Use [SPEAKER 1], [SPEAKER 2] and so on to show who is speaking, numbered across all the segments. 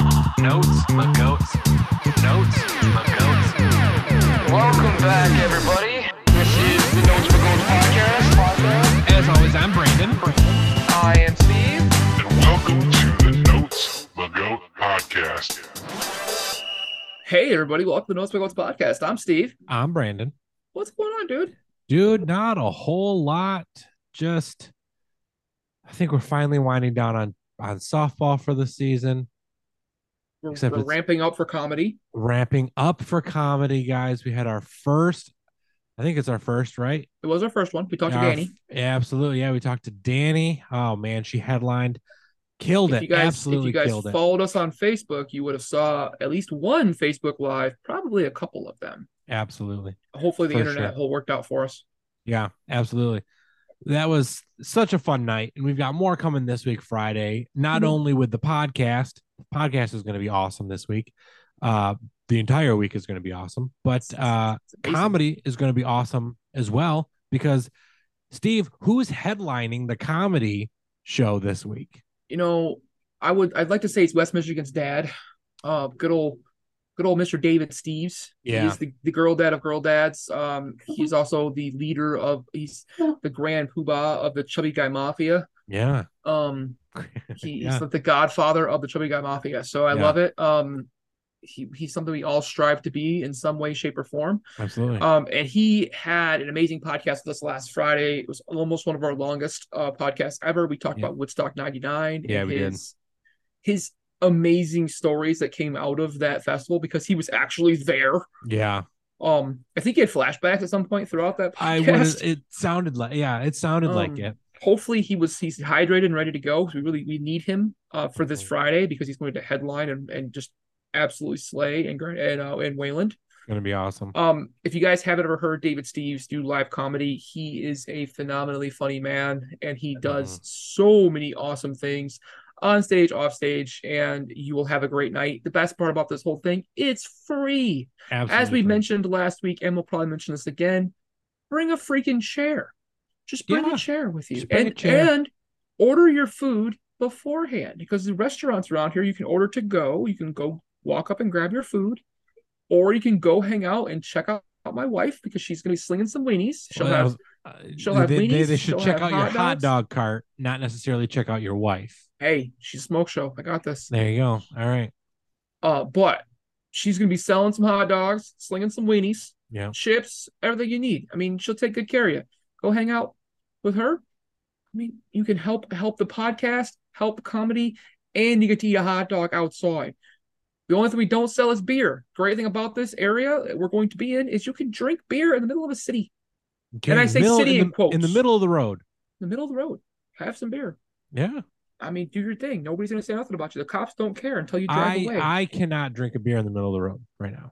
[SPEAKER 1] goats, the goats, notes, the goats.
[SPEAKER 2] Welcome back, everybody. This is the Notes for Goats podcast.
[SPEAKER 1] As always, I'm Brandon.
[SPEAKER 2] I am Steve.
[SPEAKER 3] And welcome to the Notes the Goat podcast.
[SPEAKER 2] Hey, everybody. Welcome to the Notes for Goats podcast. I'm Steve.
[SPEAKER 1] I'm Brandon.
[SPEAKER 2] What's going on, dude?
[SPEAKER 1] Dude, not a whole lot. Just, I think we're finally winding down on on softball for the season.
[SPEAKER 2] We're,
[SPEAKER 1] Except
[SPEAKER 2] we're
[SPEAKER 1] it's-
[SPEAKER 2] ramping up for comedy.
[SPEAKER 1] Ramping up for comedy, guys. We had our first. I think it's our first, right?
[SPEAKER 2] It was our first one. We talked to
[SPEAKER 1] Our
[SPEAKER 2] Danny.
[SPEAKER 1] f- yeah, absolutely. Yeah, we talked to Danny. Oh man, she headlined, killed it.
[SPEAKER 2] if you guys,
[SPEAKER 1] absolutely
[SPEAKER 2] if you guys
[SPEAKER 1] killed it.
[SPEAKER 2] followed us on Facebook, you would have saw at least one Facebook Live, probably a couple of them.
[SPEAKER 1] Absolutely.
[SPEAKER 2] Hopefully, the
[SPEAKER 1] For
[SPEAKER 2] internet all worked out for us.
[SPEAKER 1] Yeah, absolutely. That was such a fun night, and we've got more coming this week, Friday. Not
[SPEAKER 2] Mhm.
[SPEAKER 1] only with the podcast, podcast is going to be awesome this week. Uh, the entire week is going to be awesome, but uh,
[SPEAKER 2] It's amazing.
[SPEAKER 1] comedy is going to be awesome as well because Steve, who's headlining the comedy show this week?
[SPEAKER 2] You know, I would. I'd like to say it's West Michigan's dad. Uh, good old, good old Mr. David Steves.
[SPEAKER 1] Yeah.
[SPEAKER 2] he's the, the girl dad of girl dads. Um, he's also the leader of. He's the grand poobah of the Chubby Guy Mafia.
[SPEAKER 1] Yeah,
[SPEAKER 2] Um, he's
[SPEAKER 1] Yeah.
[SPEAKER 2] the godfather of the chubby guy mafia so i
[SPEAKER 1] Yeah.
[SPEAKER 2] love it um he, he's something we all strive to be in some way shape or form
[SPEAKER 1] absolutely.
[SPEAKER 2] um and he had an amazing podcast with us last friday it was almost one of our longest uh podcasts ever we talked
[SPEAKER 1] Yeah.
[SPEAKER 2] about woodstock 99
[SPEAKER 1] Yeah,
[SPEAKER 2] and
[SPEAKER 1] we did.
[SPEAKER 2] his, his amazing stories that came out of that festival because he was actually there
[SPEAKER 1] yeah,
[SPEAKER 2] um i think he had flashbacks at some point throughout that podcast
[SPEAKER 1] I was. It sounded like yeah, it sounded like
[SPEAKER 2] Um,
[SPEAKER 1] it.
[SPEAKER 2] hopefully he was he's hydrated and ready to go. We really we need him uh, for this
[SPEAKER 1] Mhm.
[SPEAKER 2] Friday because he's going to headline and, and just absolutely slay and Gran- and uh, and Wayland.
[SPEAKER 1] Gonna be awesome.
[SPEAKER 2] Um, if you guys haven't ever heard David Steves do live comedy, he is a phenomenally funny man and he does so many awesome things on stage, off stage, and you will have a great night. The best part about this whole thing, it's free.
[SPEAKER 1] Absolutely.
[SPEAKER 2] As we mentioned last week, and we'll probably mention this again, bring a freaking chair. Just bring
[SPEAKER 1] Yeah.
[SPEAKER 2] a chair with you,
[SPEAKER 1] Just bring a
[SPEAKER 2] and
[SPEAKER 1] chair.
[SPEAKER 2] and order your food beforehand because the restaurants around here you can order to go. You can go walk up and grab your food, or you can go hang out and check out my wife because she's gonna be slinging some weenies. She'll
[SPEAKER 1] Well, that
[SPEAKER 2] have
[SPEAKER 1] was- uh,
[SPEAKER 2] she'll have
[SPEAKER 1] they, they- they
[SPEAKER 2] weenies,
[SPEAKER 1] should
[SPEAKER 2] she'll
[SPEAKER 1] check
[SPEAKER 2] have
[SPEAKER 1] out your
[SPEAKER 2] hot
[SPEAKER 1] hot
[SPEAKER 2] dogs.
[SPEAKER 1] dog cart, not necessarily check out your wife.
[SPEAKER 2] hey, she's a smoke show. I got this.
[SPEAKER 1] There you go. All right.
[SPEAKER 2] Uh, but she's gonna be selling some hot dogs, slinging some weenies.
[SPEAKER 1] Yeah.
[SPEAKER 2] chips, everything you need. I mean, she'll take good care of you. Go hang out with her. I mean, you can help help the podcast, help comedy, and you get to eat a hot dog outside. The only thing we don't sell is beer. Great thing about this area that we're going to be in is you can drink beer in the middle of a city,
[SPEAKER 1] Okay,
[SPEAKER 2] I
[SPEAKER 1] in the
[SPEAKER 2] say
[SPEAKER 1] middle-
[SPEAKER 2] city
[SPEAKER 1] in
[SPEAKER 2] in
[SPEAKER 1] the,
[SPEAKER 2] quotes.
[SPEAKER 1] in the middle of the road.
[SPEAKER 2] in the middle of the road. Have some beer.
[SPEAKER 1] Yeah.
[SPEAKER 2] I mean, do your thing. Nobody's gonna say nothing about you. The cops don't care until you drive
[SPEAKER 1] I
[SPEAKER 2] away.
[SPEAKER 1] I cannot drink a beer in the middle of the road right now.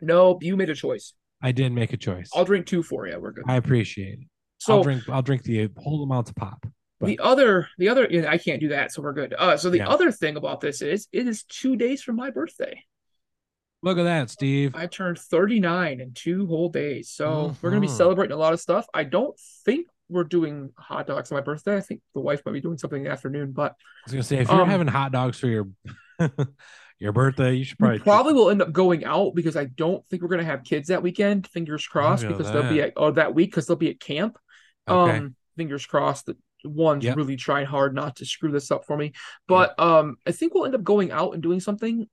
[SPEAKER 2] no, you made a choice.
[SPEAKER 1] I did make a choice.
[SPEAKER 2] I'll drink two for you. We're good.
[SPEAKER 1] I appreciate it.
[SPEAKER 2] So
[SPEAKER 1] I'll drink I'll drink the whole amount of pop. but-
[SPEAKER 2] the other the other yeah, i can't do that so we're good uh so the
[SPEAKER 1] Yeah.
[SPEAKER 2] other thing about this is it is two days from my birthday
[SPEAKER 1] Look at that, Steve.
[SPEAKER 2] i turned 39 in two whole days so we're gonna be
[SPEAKER 1] Mhm.
[SPEAKER 2] celebrating a lot of stuff i don't think we're doing hot dogs on my birthday i think the wife might be doing something in the afternoon but
[SPEAKER 1] I was gonna say if you're
[SPEAKER 2] um,
[SPEAKER 1] having hot dogs for your your birthday, you should
[SPEAKER 2] we
[SPEAKER 1] probably
[SPEAKER 2] probably will end up going out because i don't think we're gonna have kids that weekend fingers crossed
[SPEAKER 1] at
[SPEAKER 2] because they'll be
[SPEAKER 1] that.
[SPEAKER 2] at or that week because they'll be at camp
[SPEAKER 1] Okay.
[SPEAKER 2] um fingers crossed that one's
[SPEAKER 1] Yep.
[SPEAKER 2] really trying hard not to screw this up for me but um i think we'll end up going out and doing something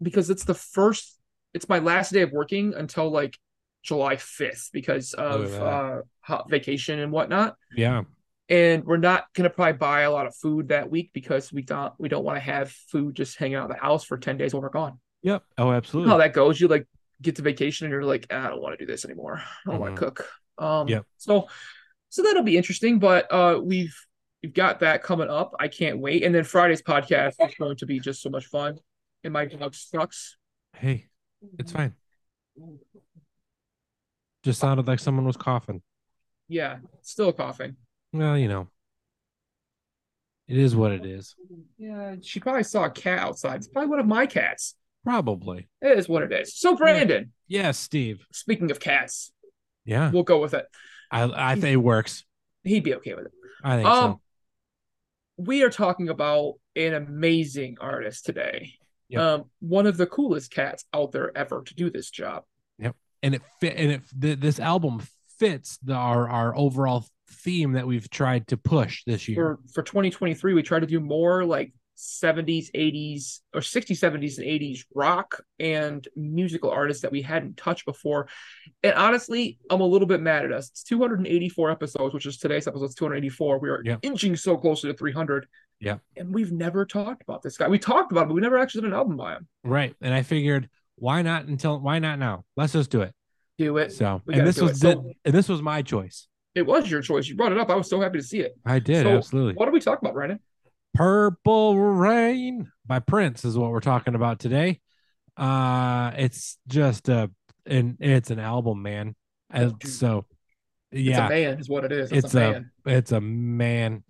[SPEAKER 2] because it's the first it's my last day of working until like july 5th because of
[SPEAKER 1] that.
[SPEAKER 2] uh hot vacation and whatnot
[SPEAKER 1] yeah.
[SPEAKER 2] and we're not gonna probably buy a lot of food that week because we don't we don't want to have food just hanging out of the house for 10 days while we're gone
[SPEAKER 1] Yep. Oh,
[SPEAKER 2] You
[SPEAKER 1] absolutely.
[SPEAKER 2] know how that goes you like get to vacation and you're like "Ah, i don't want to do this anymore i don't want
[SPEAKER 1] Mhm.
[SPEAKER 2] to cook um
[SPEAKER 1] Yep.
[SPEAKER 2] so so that'll be interesting but uh we've we've got that coming up i can't wait and then friday's podcast is going to be just so much fun and my dog sucks
[SPEAKER 1] Hey, it's fine. Just sounded like someone was coughing.
[SPEAKER 2] yeah still coughing
[SPEAKER 1] Well, you know, it is what it is.
[SPEAKER 2] yeah she probably saw a cat outside it's probably one of my cats
[SPEAKER 1] Probably.
[SPEAKER 2] it is what it is so brandon
[SPEAKER 1] Yes, Steve.
[SPEAKER 2] speaking of cats
[SPEAKER 1] Yeah,
[SPEAKER 2] we'll go with it
[SPEAKER 1] I I think it works.
[SPEAKER 2] he'd be okay with it
[SPEAKER 1] I think
[SPEAKER 2] um
[SPEAKER 1] so.
[SPEAKER 2] we are talking about an amazing artist today
[SPEAKER 1] Yep.
[SPEAKER 2] Um, one of the coolest cats out there ever to do this job.
[SPEAKER 1] and it fit and it th- this album fits the, our our overall theme that we've tried to push this year.
[SPEAKER 2] for for 2023 we try to do more like 70s 80s or 60s 70s and 80s rock and musical artists that we hadn't touched before and honestly i'm a little bit mad at us it's 284 episodes which is today's episode's 284 we are
[SPEAKER 1] Yep.
[SPEAKER 2] inching so close to 300
[SPEAKER 1] Yep.
[SPEAKER 2] and we've never talked about this guy we talked about him but we never actually did an album by him
[SPEAKER 1] Right. And I figured why not until why not now? Let's just do it.
[SPEAKER 2] do it
[SPEAKER 1] So
[SPEAKER 2] we
[SPEAKER 1] and
[SPEAKER 2] gotta
[SPEAKER 1] this
[SPEAKER 2] do
[SPEAKER 1] was
[SPEAKER 2] it. So-
[SPEAKER 1] the- and this was my choice.
[SPEAKER 2] it was your choice you brought it up i was so happy to see it
[SPEAKER 1] I did
[SPEAKER 2] So,
[SPEAKER 1] absolutely.
[SPEAKER 2] what do we talk about Brandon?
[SPEAKER 1] Purple Rain by Prince is what we're talking about today. Uh it's just a and it's an album, man. And
[SPEAKER 2] dude.
[SPEAKER 1] so
[SPEAKER 2] it's a
[SPEAKER 1] yeah,
[SPEAKER 2] man is what it is
[SPEAKER 1] It's
[SPEAKER 2] it's, a
[SPEAKER 1] a-
[SPEAKER 2] man
[SPEAKER 1] it's a man,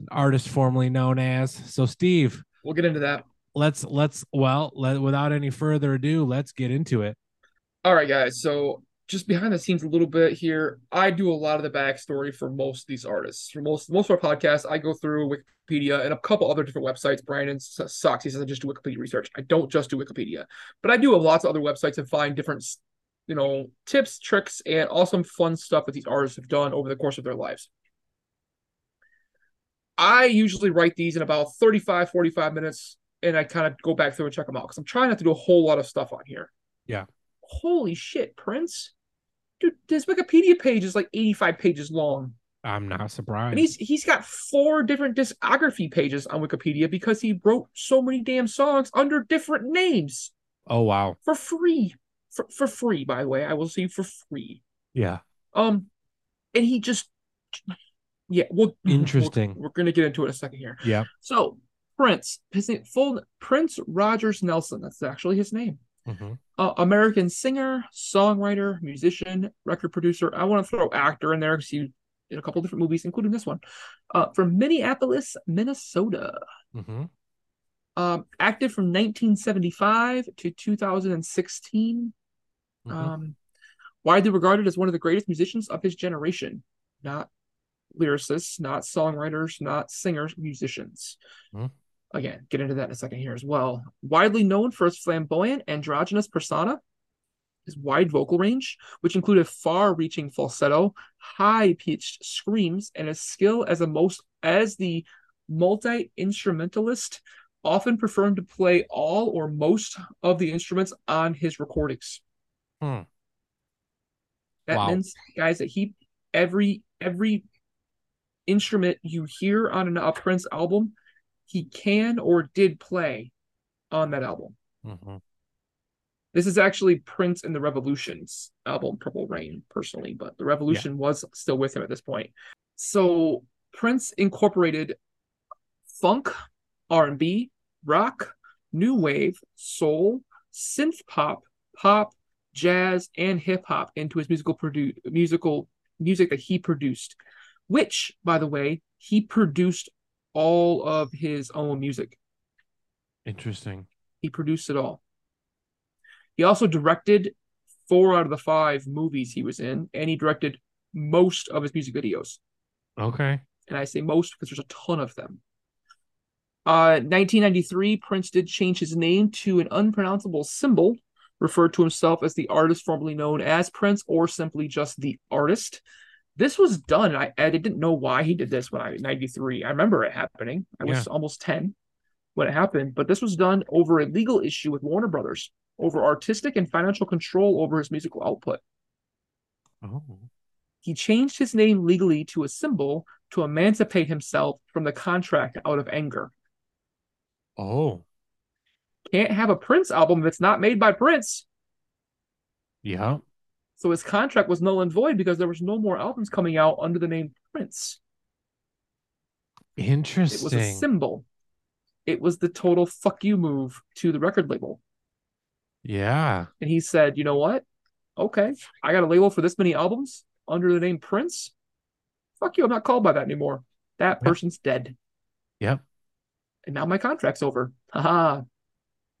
[SPEAKER 1] an artist formerly known as. So Steve,
[SPEAKER 2] we'll get into that
[SPEAKER 1] let's let's well let, without any further ado let's get into it
[SPEAKER 2] All right, guys. So just behind the scenes a little bit here, I do a lot of the backstory for most of these artists. For most most of our podcasts, I go through Wikipedia and a couple other different websites. Brandon su- sucks. He says I just do Wikipedia research. I don't just do Wikipedia, but I do have lots of other websites and find different, you know, tips, tricks, and awesome fun stuff that these artists have done over the course of their lives. I usually write these in about 35, 45 minutes, and I kind of go back through and check them out because I'm trying not to do a whole lot of stuff on here holy shit, Prince. Dude, his Wikipedia page is like 85 pages long.
[SPEAKER 1] i'm not surprised
[SPEAKER 2] And he's he's got four different discography pages on Wikipedia because he wrote so many damn songs under different names
[SPEAKER 1] oh wow
[SPEAKER 2] for free. For, for free, by the way. I will say for free.
[SPEAKER 1] yeah
[SPEAKER 2] Um and he just yeah, well we'll-
[SPEAKER 1] Interesting.
[SPEAKER 2] We're, gonna get into it in a second here.
[SPEAKER 1] yeah
[SPEAKER 2] So Prince, his name, full Prince Rogers Nelson, that's actually his name.
[SPEAKER 1] Mhm.
[SPEAKER 2] uh, American singer, songwriter, musician, record producer. I want to throw actor in there because he did a couple different movies, including this one. Uh, from Minneapolis, Minnesota.
[SPEAKER 1] Mhm.
[SPEAKER 2] Um, active from 1975 to 2016.
[SPEAKER 1] Mhm.
[SPEAKER 2] Um, widely regarded as one of the greatest musicians of his generation. Not lyricists, not songwriters, not singers, musicians.
[SPEAKER 1] Hmm.
[SPEAKER 2] Again, get into that in a second here as well. Widely known for his flamboyant, androgynous persona, his wide vocal range, which included far-reaching falsetto, high-pitched screams, and his skill as a most as the multi-instrumentalist, often preferring to play all or most of the instruments on his recordings.
[SPEAKER 1] Hmm.
[SPEAKER 2] That
[SPEAKER 1] Wow.
[SPEAKER 2] means, guys, that he every every instrument you hear on an, a Prince album, he can or did play on that album.
[SPEAKER 1] Mhm.
[SPEAKER 2] This is actually Prince and the Revolution's album, Purple Rain, personally, but the Revolution was still with him at this point. So Prince incorporated funk, R and B, rock, new wave, soul, synth pop, pop, jazz, and hip hop into his musical produ- musical music that he produced, which, by the way, he produced all of his own music.
[SPEAKER 1] interesting
[SPEAKER 2] He produced it all. He also directed four out of the five movies he was in, and he directed most of his music videos.
[SPEAKER 1] okay
[SPEAKER 2] And I say most because there's a ton of them. Uh, 1993, Prince did change his name to an unpronounceable symbol, referred to himself as the artist formerly known as Prince or simply just the artist. This was done. I, I didn't know why he did this when I was 93. I remember it happening. I was almost 10 when it happened, but this was done over a legal issue with Warner Brothers over artistic and financial control over his musical output
[SPEAKER 1] oh
[SPEAKER 2] he changed his name legally to a symbol to emancipate himself from the contract out of anger.
[SPEAKER 1] oh
[SPEAKER 2] Can't have a Prince album if it's not made by Prince.
[SPEAKER 1] yeah
[SPEAKER 2] So his contract was null and void because there was no more albums coming out under the name Prince. It was a
[SPEAKER 1] interesting
[SPEAKER 2] symbol. It was the total fuck you move to the record label.
[SPEAKER 1] yeah
[SPEAKER 2] And he said, you know what? Okay, I got a label for this many albums under the name Prince. Fuck you, I'm not called by that anymore. That
[SPEAKER 1] Yep.
[SPEAKER 2] person's dead.
[SPEAKER 1] Yep.
[SPEAKER 2] And now my contract's over. Haha.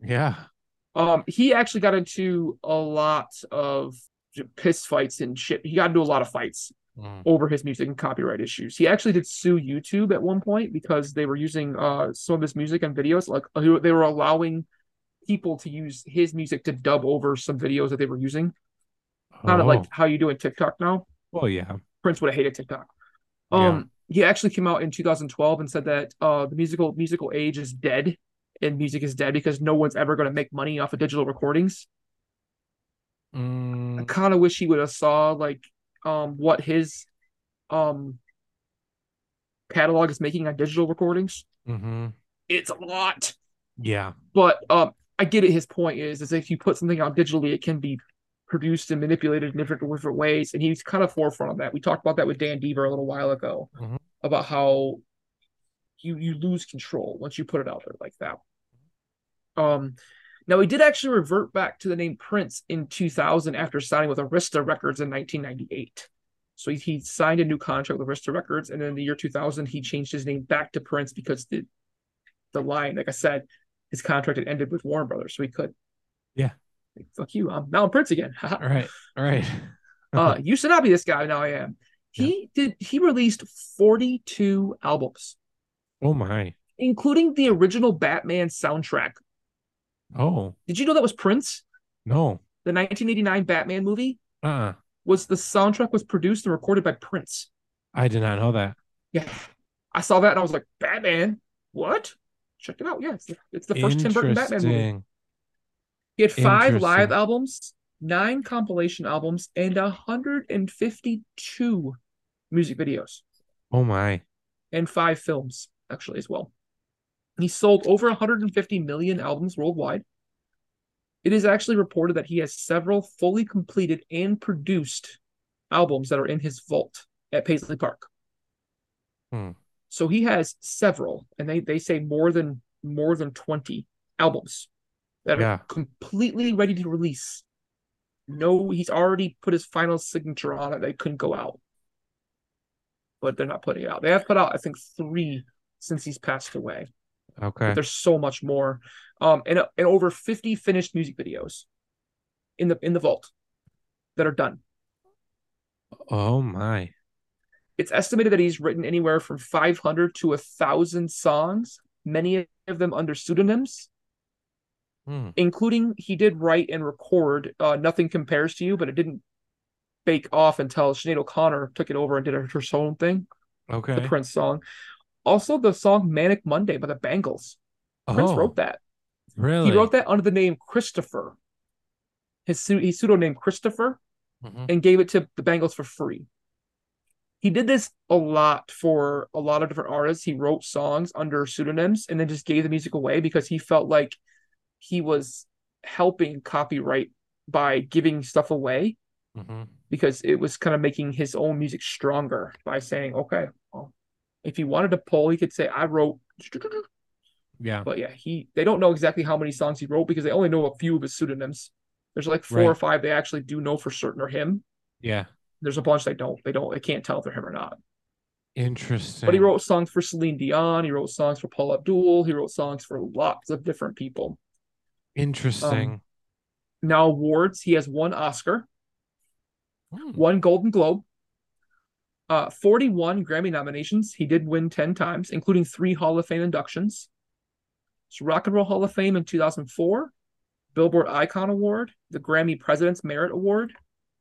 [SPEAKER 1] yeah
[SPEAKER 2] Um, he actually got into a lot of j- piss fights and shit. He got into a lot of fights
[SPEAKER 1] Mm.
[SPEAKER 2] over his music and copyright issues. He actually did sue YouTube at one point because they were using uh some of his music and videos. Like uh, they were allowing people to use his music to dub over some videos that they were using. Kind of like how you do in TikTok now.
[SPEAKER 1] oh yeah,
[SPEAKER 2] Prince would have hated TikTok.
[SPEAKER 1] Yeah.
[SPEAKER 2] Um, he actually came out in 2012 and said that uh, the musical musical age is dead and music is dead because no one's ever going to make money off of digital recordings. I
[SPEAKER 1] Mm,
[SPEAKER 2] kind of wish he would have saw like um what his um catalog is making on digital recordings.
[SPEAKER 1] mhm.
[SPEAKER 2] It's a lot,
[SPEAKER 1] yeah,
[SPEAKER 2] but um I get it. His point is is if you put something out digitally, it can be produced and manipulated in different different ways, and he's kind of forefront of that. We talked about that with Dan Deaver a little while ago
[SPEAKER 1] Mhm.
[SPEAKER 2] about how you you lose control once you put it out there like that. Um, now he did actually revert back to the name Prince in 2000 after signing with Arista Records in 1998. So he, he signed a new contract with Arista Records, and then in the year 2000 he changed his name back to Prince because the the line, like I said, his contract had ended with Warner Brothers, so he could.
[SPEAKER 1] Yeah.
[SPEAKER 2] Like, Fuck you! I'm now I'm Prince again.
[SPEAKER 1] all right, all right.
[SPEAKER 2] uh, used to not be this guy, now I am. He did. He released 42 albums,
[SPEAKER 1] Oh my,
[SPEAKER 2] including the original Batman soundtrack.
[SPEAKER 1] oh
[SPEAKER 2] Did you know that was Prince?
[SPEAKER 1] no,
[SPEAKER 2] The 1989 Batman movie
[SPEAKER 1] uh, uh
[SPEAKER 2] was the soundtrack was produced and recorded by Prince.
[SPEAKER 1] I did not know that.
[SPEAKER 2] Yeah, I saw that and I was like, Batman? What? Check it out. Yeah, it's the, it's the first Tim Burton Batman movie.
[SPEAKER 1] Interesting.
[SPEAKER 2] He had five
[SPEAKER 1] Interesting.
[SPEAKER 2] live albums, nine compilation albums, and 152 music videos.
[SPEAKER 1] Oh my,
[SPEAKER 2] and five films actually as well. He sold over 150 million albums worldwide. It is actually reported that he has several fully completed and produced albums that are in his vault at Paisley Park.
[SPEAKER 1] Hmm.
[SPEAKER 2] So he has several, and they, they say more than more than 20 albums that
[SPEAKER 1] Yeah.
[SPEAKER 2] are completely ready to release. No, he's already put his final signature on it. They couldn't go out but they're not putting it out. They have put out, I think, three since he's passed away. But
[SPEAKER 1] okay,
[SPEAKER 2] there's so much more, um, and and over 50 finished music videos in the in the vault that are done.
[SPEAKER 1] oh my,
[SPEAKER 2] It's estimated that he's written anywhere from 500 to a thousand songs, many of them under pseudonyms,
[SPEAKER 1] Hmm.
[SPEAKER 2] including he did write and record uh, "Nothing Compares to You," but it didn't bake off until Sinead O'Connor took it over and did her, her own thing,
[SPEAKER 1] okay.
[SPEAKER 2] the Prince song. Also, the song "Manic Monday" by the Bangles. Prince
[SPEAKER 1] oh,
[SPEAKER 2] wrote that.
[SPEAKER 1] really?
[SPEAKER 2] He wrote that under the name Christopher. His, pseu- his pseudonym Christopher
[SPEAKER 1] Mhm.
[SPEAKER 2] and gave it to the Bengals for free. He did this a lot for a lot of different artists. He wrote songs under pseudonyms and then just gave the music away because he felt like he was helping copyright by giving stuff away
[SPEAKER 1] Mhm.
[SPEAKER 2] because it was kind of making his own music stronger by saying, okay, well, if he wanted to pull, he could say, I wrote
[SPEAKER 1] Yeah.
[SPEAKER 2] but yeah, he they don't know exactly how many songs he wrote because they only know a few of his pseudonyms. There's like four or
[SPEAKER 1] Right.
[SPEAKER 2] five they actually do know for certain are him.
[SPEAKER 1] Yeah.
[SPEAKER 2] There's a bunch they don't. They don't. They can't tell if they're him or not.
[SPEAKER 1] Interesting.
[SPEAKER 2] But he wrote um, songs for Celine Dion. He wrote songs for Paul Abdul. He wrote songs for lots of different people.
[SPEAKER 1] Interesting.
[SPEAKER 2] Now awards. He has one Oscar,
[SPEAKER 1] Hmm.
[SPEAKER 2] one Golden Globe, uh, 41 Grammy nominations. He did win 10 times, including three Hall of Fame inductions. So Rock and Roll Hall of Fame in 2004, Billboard Icon Award, the Grammy President's Merit Award,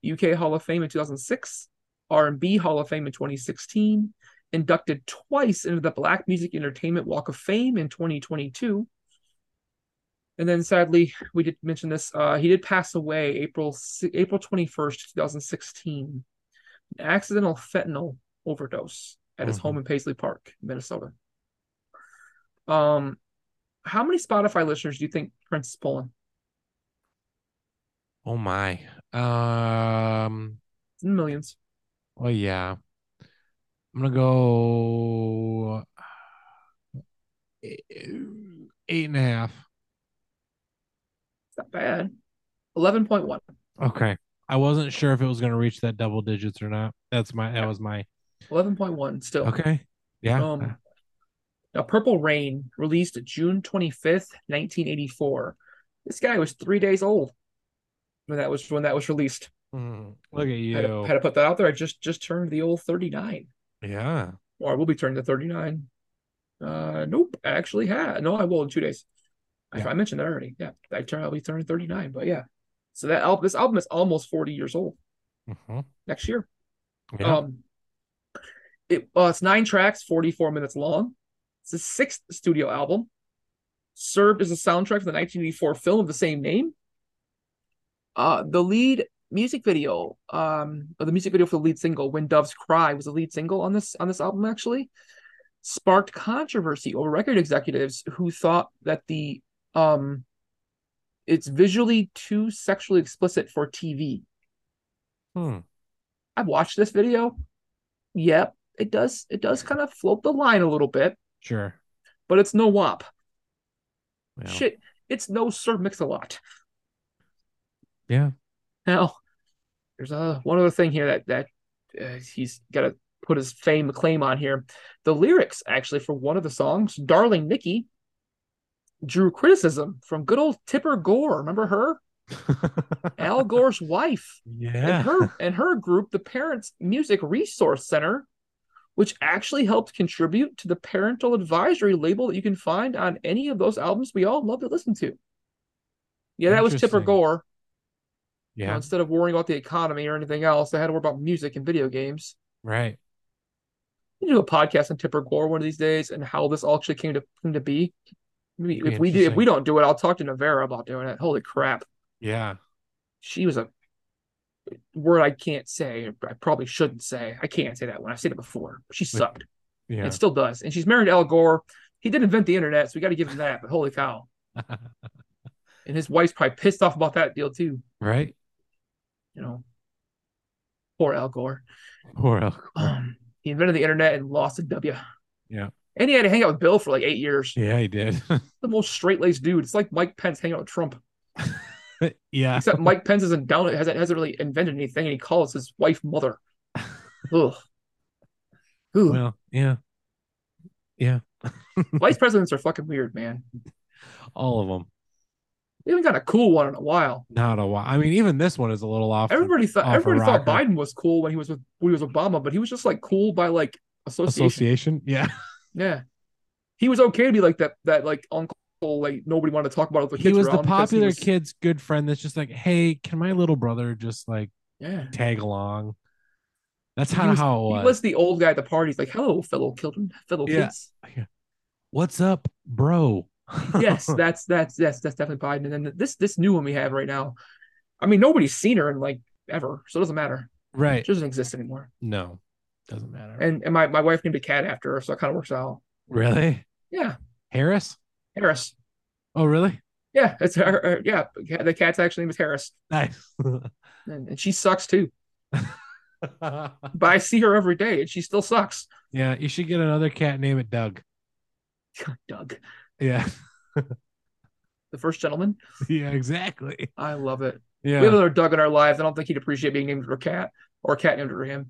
[SPEAKER 2] UK Hall of Fame in 2006, R&B Hall of Fame in 2016, inducted twice into the Black Music Entertainment Walk of Fame in 2022. And then sadly, we did mention this. Uh, he did pass away April si- April 21st, 2016 an accidental fentanyl overdose at his
[SPEAKER 1] Mhm.
[SPEAKER 2] home in Paisley Park, Minnesota. Um, how many Spotify listeners do you think Prince is pulling?
[SPEAKER 1] Oh my. Um.
[SPEAKER 2] It's in the millions.
[SPEAKER 1] Oh yeah. I'm gonna go uh, eight eight and a half.
[SPEAKER 2] It's not bad. Eleven point one.
[SPEAKER 1] Okay. I wasn't sure if it was gonna reach that double digits or not. That's my. That was my.
[SPEAKER 2] Eleven point one still.
[SPEAKER 1] Okay. Yeah. Uh,
[SPEAKER 2] Um, now Purple Rain released June twenty fifth, nineteen eighty four. This guy was three days old when that was when that was released.
[SPEAKER 1] Mm. Look at
[SPEAKER 2] I
[SPEAKER 1] you.
[SPEAKER 2] had, to, had to put that out there. I just just turned the old thirty nine.
[SPEAKER 1] yeah.
[SPEAKER 2] or I will be turning to 39. Uh, nope, I actually had no, I will in two days. I-
[SPEAKER 1] Yeah.
[SPEAKER 2] I mentioned that already. Yeah, I turn I'll be turning 39, but yeah. So that album, this album is almost 40 years old
[SPEAKER 1] Mhm.
[SPEAKER 2] next year.
[SPEAKER 1] Yeah.
[SPEAKER 2] Um, it uh, it's nine tracks, 44 minutes long. It's his sixth studio album. Served as a soundtrack for the 1984 film of the same name. Uh, the lead music video, um, or the music video for the lead single "When Doves Cry" was the lead single on this on this album. Actually, sparked controversy over record executives who thought that the um, it's visually too sexually explicit for TV.
[SPEAKER 1] Hmm.
[SPEAKER 2] I've watched this video. Yep, it does. It does kind of float the line a little bit,
[SPEAKER 1] Sure.
[SPEAKER 2] but it's no WAP.
[SPEAKER 1] Well,
[SPEAKER 2] Shit, it's no Sir Mix-a-Lot.
[SPEAKER 1] Yeah.
[SPEAKER 2] Now, there's uh, one other thing here that that uh, he's got to put his fame claim on here. The lyrics, actually, for one of the songs, "Darling Nikki," drew criticism from good old Tipper Gore. Remember her, Al Gore's wife.
[SPEAKER 1] yeah.
[SPEAKER 2] and her and her group, the Parents Music Resource Center, which actually helped contribute to the parental advisory label that you can find on any of those albums we all love to listen to. Yeah, that was Tipper
[SPEAKER 1] Interesting.
[SPEAKER 2] Gore. You know,
[SPEAKER 1] yeah.
[SPEAKER 2] instead of worrying about the economy or anything else, they had to worry about music and video games.
[SPEAKER 1] Right.
[SPEAKER 2] We can do a podcast on Tipper Gore one of these days and how this all actually came to came to be. Maybe
[SPEAKER 1] That'd be
[SPEAKER 2] if we do, if we
[SPEAKER 1] interesting.
[SPEAKER 2] don't do it, I'll talk to Navera about doing it. Holy crap,
[SPEAKER 1] Yeah.
[SPEAKER 2] she was a word I can't say. I probably shouldn't say. I can't say that one. I've said it before. She sucked.
[SPEAKER 1] Yeah.
[SPEAKER 2] and still does. And she's married to Al Gore. He did invent the internet, so we got to give him that. But holy cow! And his wife's probably pissed off about that deal too.
[SPEAKER 1] right.
[SPEAKER 2] You know, poor Al Gore.
[SPEAKER 1] Poor Al Gore.
[SPEAKER 2] Um, he invented the internet and lost a W.
[SPEAKER 1] Yeah.
[SPEAKER 2] And he had to hang out with Bill for like eight years.
[SPEAKER 1] Yeah, he did.
[SPEAKER 2] The most straight laced dude. It's like Mike Pence hanging out with Trump.
[SPEAKER 1] yeah.
[SPEAKER 2] Except Mike Pence isn't down. hasn't hasn't really invented anything, and he calls his wife mother. Ugh. Ooh,
[SPEAKER 1] Well, yeah.
[SPEAKER 2] vice presidents are fucking weird, man.
[SPEAKER 1] All of them.
[SPEAKER 2] We haven't got a cool one in a while.
[SPEAKER 1] Not a while. I mean, even this one is a little off. for-
[SPEAKER 2] Everybody thought
[SPEAKER 1] off a
[SPEAKER 2] everybody thought
[SPEAKER 1] rocker.
[SPEAKER 2] Biden was cool when he was with when he was Obama, but he was just like cool by like association.
[SPEAKER 1] Association. Yeah.
[SPEAKER 2] Yeah, he was okay to be like that that like uncle like nobody wanted to talk about it with the
[SPEAKER 1] He
[SPEAKER 2] kids.
[SPEAKER 1] was the
[SPEAKER 2] around 'cause he
[SPEAKER 1] popular
[SPEAKER 2] was-
[SPEAKER 1] kid's good friend that's just like, hey, can my little brother just like
[SPEAKER 2] Yeah,
[SPEAKER 1] tag along? That's
[SPEAKER 2] He
[SPEAKER 1] kind of how it
[SPEAKER 2] he
[SPEAKER 1] was.
[SPEAKER 2] was the old guy at the parties. Like, hello, fellow children, fellow
[SPEAKER 1] Yeah.
[SPEAKER 2] kids.
[SPEAKER 1] What's up, bro?
[SPEAKER 2] Yes, that's that's that's that's definitely Biden. And then this this new one we have right now. I mean, nobody's seen her in like ever, so it doesn't matter.
[SPEAKER 1] right.
[SPEAKER 2] She doesn't exist anymore.
[SPEAKER 1] No, doesn't matter.
[SPEAKER 2] And and my my wife named a cat after her, so it kind of works out.
[SPEAKER 1] really,
[SPEAKER 2] Yeah,
[SPEAKER 1] Harris?
[SPEAKER 2] Harris.
[SPEAKER 1] Oh, really?
[SPEAKER 2] Yeah, it's her. her- Yeah, the cat's actually name is Harris.
[SPEAKER 1] Nice.
[SPEAKER 2] and, and she sucks too. But I see her every day, and she still sucks.
[SPEAKER 1] yeah, you should get another cat. Name it Doug.
[SPEAKER 2] Doug,
[SPEAKER 1] Yeah.
[SPEAKER 2] the first gentleman,
[SPEAKER 1] Yeah. Exactly.
[SPEAKER 2] I love it. We have
[SPEAKER 1] Yeah.
[SPEAKER 2] another Doug in our lives. I don't think he'd appreciate being named after a cat or a cat named after him.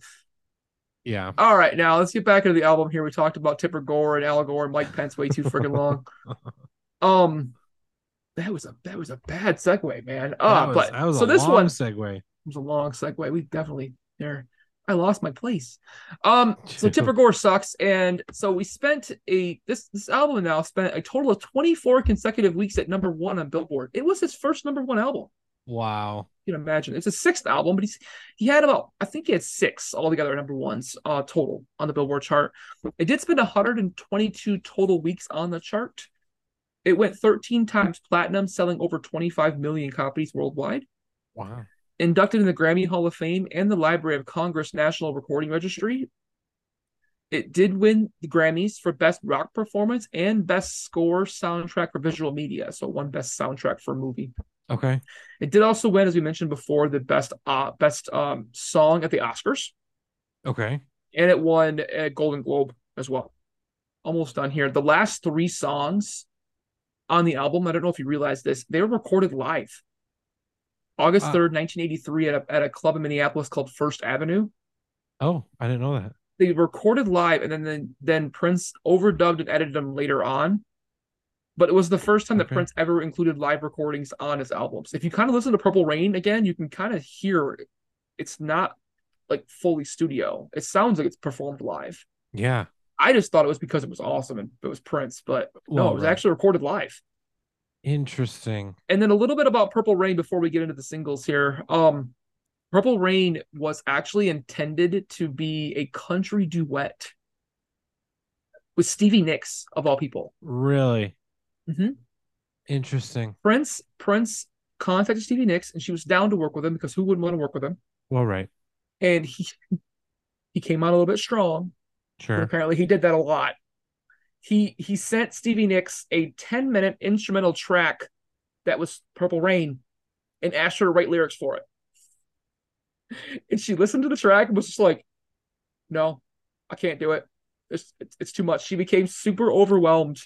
[SPEAKER 1] Yeah.
[SPEAKER 2] All right, now let's get back into the album here. We talked about Tipper Gore and Al Gore and Mike Pence way too freaking long. Um, that was a that was a bad segue, man.
[SPEAKER 1] that
[SPEAKER 2] Uh,
[SPEAKER 1] was,
[SPEAKER 2] but
[SPEAKER 1] that was
[SPEAKER 2] so
[SPEAKER 1] a
[SPEAKER 2] this
[SPEAKER 1] long
[SPEAKER 2] one
[SPEAKER 1] segue.
[SPEAKER 2] It was a long segue. We definitely there. I lost my place. Um, so
[SPEAKER 1] Dude.
[SPEAKER 2] Tipper Gore sucks, and so we spent a this this album now spent a total of 24 consecutive weeks at number one on Billboard. It was his first number one album.
[SPEAKER 1] Wow.
[SPEAKER 2] You can imagine it's his sixth album, but he's he had about I think he had six altogether number ones uh total on the Billboard chart. It did spend 122 total weeks on the chart. It went 13 times platinum, selling over 25 million copies worldwide
[SPEAKER 1] Wow.
[SPEAKER 2] inducted in the Grammy Hall of Fame and the Library of Congress National Recording Registry. It did win the Grammys for Best Rock Performance and Best Score Soundtrack for Visual Media, so one Best Soundtrack for a movie.
[SPEAKER 1] Okay.
[SPEAKER 2] It did also win, as we mentioned before, the Best uh, Best um, Song at the Oscars,
[SPEAKER 1] Okay.
[SPEAKER 2] and it won a Golden Globe as well. Almost done here. The last three songs on the album, I don't know if you realize this, they were recorded live. August
[SPEAKER 1] Wow.
[SPEAKER 2] 3rd, 1983, at a, at a club in Minneapolis called First Avenue.
[SPEAKER 1] Oh, I didn't know that.
[SPEAKER 2] They recorded live and then, then, then Prince overdubbed and edited them later on. But it was the first time that
[SPEAKER 1] Okay.
[SPEAKER 2] Prince ever included live recordings on his albums. If you kind of listen to Purple Rain again, you can kind of hear it. it's not like fully studio. It sounds like it's performed live.
[SPEAKER 1] Yeah.
[SPEAKER 2] I just thought it was because it was awesome and it was Prince, but no,
[SPEAKER 1] Well,
[SPEAKER 2] it was
[SPEAKER 1] right.
[SPEAKER 2] actually recorded live.
[SPEAKER 1] Interesting.
[SPEAKER 2] and then a little bit about Purple Rain before we get into the singles here. Um, Purple Rain was actually intended to be a country duet with Stevie Nicks of all people.
[SPEAKER 1] Really
[SPEAKER 2] Mhm.
[SPEAKER 1] interesting.
[SPEAKER 2] Prince Prince contacted Stevie Nicks, and she was down to work with him because who wouldn't want to work with him?
[SPEAKER 1] Well, right.
[SPEAKER 2] And he he came out a little bit strong. but
[SPEAKER 1] Sure.
[SPEAKER 2] Apparently, he did that a lot. He he sent Stevie Nicks a ten minute instrumental track that was Purple Rain, and asked her to write lyrics for it. And she listened to the track and was just like, "No, I can't do it. It's it's, it's too much." She became super overwhelmed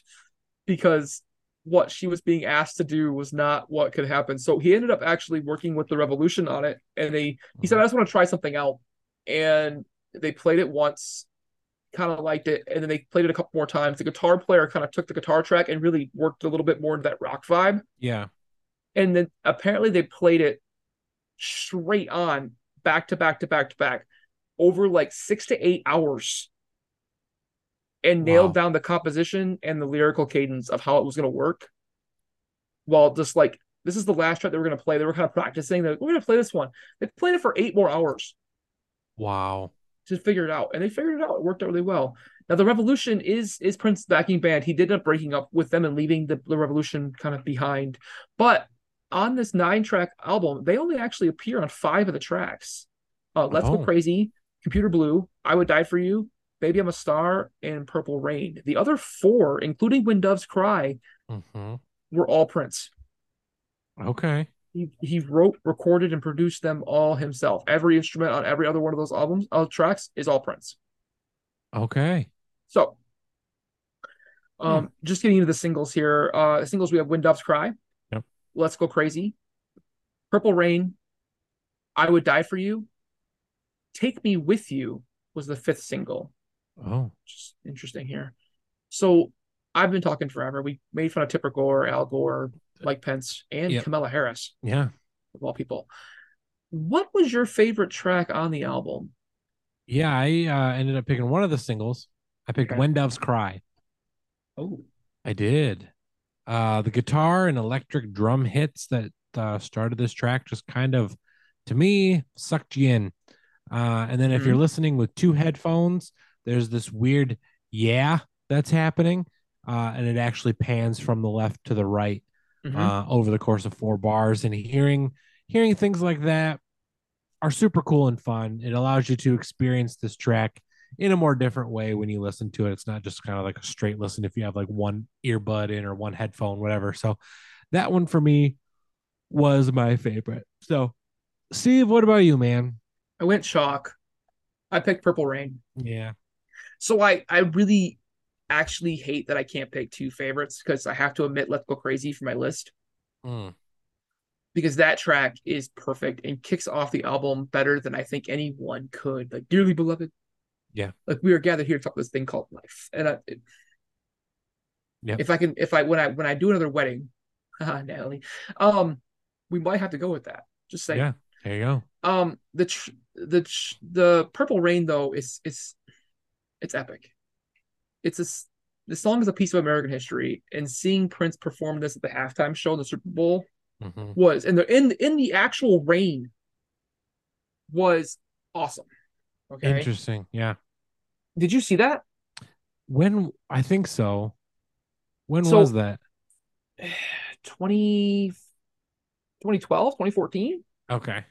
[SPEAKER 2] because what she was being asked to do was not what could happen. So he ended up actually working with the Revolution on it, and they he said, "I just want to try something out," and they played it once kind of liked it, and then they played it a couple more times. The guitar player kind of took the guitar track and really worked a little bit more into that rock vibe.
[SPEAKER 1] Yeah.
[SPEAKER 2] And then apparently they played it straight on, back to back to back to back, over like six to eight hours, and nailed
[SPEAKER 1] Wow.
[SPEAKER 2] down the composition and the lyrical cadence of how it was going to work. While just like this is the last track they were going to play, they were kind of practicing. They're like, we're going to play this one. They played it for eight more hours
[SPEAKER 1] Wow.
[SPEAKER 2] to figure it out, and they figured it out. It worked out really well. Now the Revolution is is Prince's backing band. He did end up breaking up with them and leaving the, the Revolution kind of behind. But on this nine track album, they only actually appear on five of the tracks. Uh, Let's
[SPEAKER 1] Oh.
[SPEAKER 2] Go Crazy, Computer Blue, I Would Die for You, Baby I'm a Star, and Purple Rain. The other four, including When Doves Cry,
[SPEAKER 1] hmm
[SPEAKER 2] were all Prince.
[SPEAKER 1] Okay.
[SPEAKER 2] He, he wrote, recorded, and produced them all himself. Every instrument on every other one of those albums, uh, tracks, is all Prince.
[SPEAKER 1] Okay.
[SPEAKER 2] So, um,
[SPEAKER 1] Hmm.
[SPEAKER 2] just getting into the singles here. Uh, singles we have "When Doves Cry,"
[SPEAKER 1] Yep.
[SPEAKER 2] "Let's Go Crazy," "Purple Rain," "I Would Die for You," "Take Me with You" was the fifth single.
[SPEAKER 1] Oh.
[SPEAKER 2] Just interesting here. So, I've been talking forever. We made fun of Tipper Gore, Al Gore, Mike Pence, and
[SPEAKER 1] Yep.
[SPEAKER 2] Kamala Harris
[SPEAKER 1] Yeah.
[SPEAKER 2] of all people. What was your favorite track on the album?
[SPEAKER 1] Yeah. I uh, ended up picking one of the singles. I picked
[SPEAKER 2] Okay.
[SPEAKER 1] "When Doves Cry."
[SPEAKER 2] Oh,
[SPEAKER 1] I did. Uh, the guitar and electric drum hits that uh, started this track just kind of, to me, sucked you in. Uh, and then if you're listening with two headphones, there's this weird yeah that's happening, uh, and it actually pans from the left to the right
[SPEAKER 2] mhm.
[SPEAKER 1] uh, over the course of four bars and hearing hearing things like that are super cool and fun it allows you to experience this track in a more different way when you listen to it it's not just kind of like a straight listen if you have like one earbud in or one headphone whatever so that one for me was my favorite so steve what about you man
[SPEAKER 2] I went shock. I picked Purple Rain.
[SPEAKER 1] yeah
[SPEAKER 2] So I I really actually hate that I can't pick two favorites because I have to admit Let's Go Crazy for my list
[SPEAKER 1] Hmm.
[SPEAKER 2] because that track is perfect and kicks off the album better than I think anyone could. Like dearly beloved.
[SPEAKER 1] Yeah.
[SPEAKER 2] Like we are gathered here to talk about this thing called life. And I it-
[SPEAKER 1] Yeah.
[SPEAKER 2] if I can if I when I when I do another wedding, ah, Natalie, um, we might have to go with that. Just saying.
[SPEAKER 1] yeah there you go
[SPEAKER 2] Um, the tr- the tr- the Purple Rain though is is it's epic. It's a s- the song is a piece of American history, and seeing Prince perform this at the halftime show in the Super Bowl
[SPEAKER 1] Mhm.
[SPEAKER 2] was, and the in in the actual rain was awesome. Okay,
[SPEAKER 1] interesting yeah
[SPEAKER 2] did you see that?
[SPEAKER 1] when i think so when
[SPEAKER 2] So-
[SPEAKER 1] was that
[SPEAKER 2] 20, 2012, 2014?
[SPEAKER 1] okay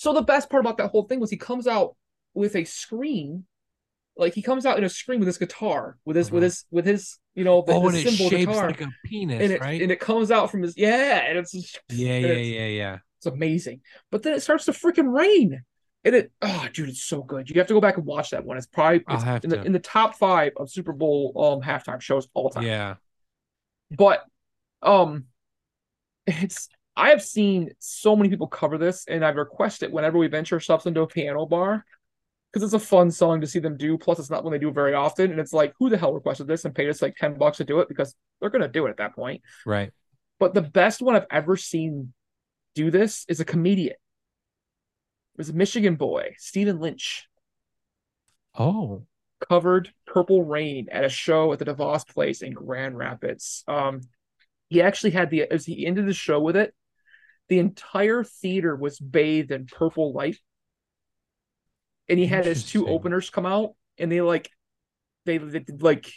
[SPEAKER 2] So the best part about that whole thing was he comes out with a screen, like he comes out in a screen with his guitar, with his with
[SPEAKER 1] Mhm.
[SPEAKER 2] his with his you know the,
[SPEAKER 1] oh
[SPEAKER 2] the
[SPEAKER 1] and it
[SPEAKER 2] symbol
[SPEAKER 1] shapes
[SPEAKER 2] guitar,
[SPEAKER 1] like a penis
[SPEAKER 2] and it
[SPEAKER 1] right
[SPEAKER 2] and it comes out from his yeah, and it's just,
[SPEAKER 1] Yeah,
[SPEAKER 2] and
[SPEAKER 1] yeah,
[SPEAKER 2] it's,
[SPEAKER 1] yeah, yeah.
[SPEAKER 2] it's amazing. But then it starts to freaking rain, and it oh dude, it's so good. You have to go back and watch that one. It's probably
[SPEAKER 1] I'll
[SPEAKER 2] it's
[SPEAKER 1] have
[SPEAKER 2] in the
[SPEAKER 1] to.
[SPEAKER 2] in the top five of Super Bowl um halftime shows all time.
[SPEAKER 1] Yeah.
[SPEAKER 2] But um it's I have seen so many people cover this and I've requested whenever we venture ourselves into a piano bar because it's a fun song to see them do. Plus, it's not one they do very often. And it's like, who the hell requested this and paid us like 10 bucks to do it because they're going to do it at that point.
[SPEAKER 1] Right.
[SPEAKER 2] But the best one I've ever seen do this is a comedian. It was a Michigan boy, Stephen Lynch,
[SPEAKER 1] Oh.
[SPEAKER 2] covered Purple Rain at a show at the DeVos Place in Grand Rapids. Um, He actually had the as he ended the show with it, the entire theater was bathed in purple light. And he had his two
[SPEAKER 1] Interesting.
[SPEAKER 2] openers come out and they like they, they like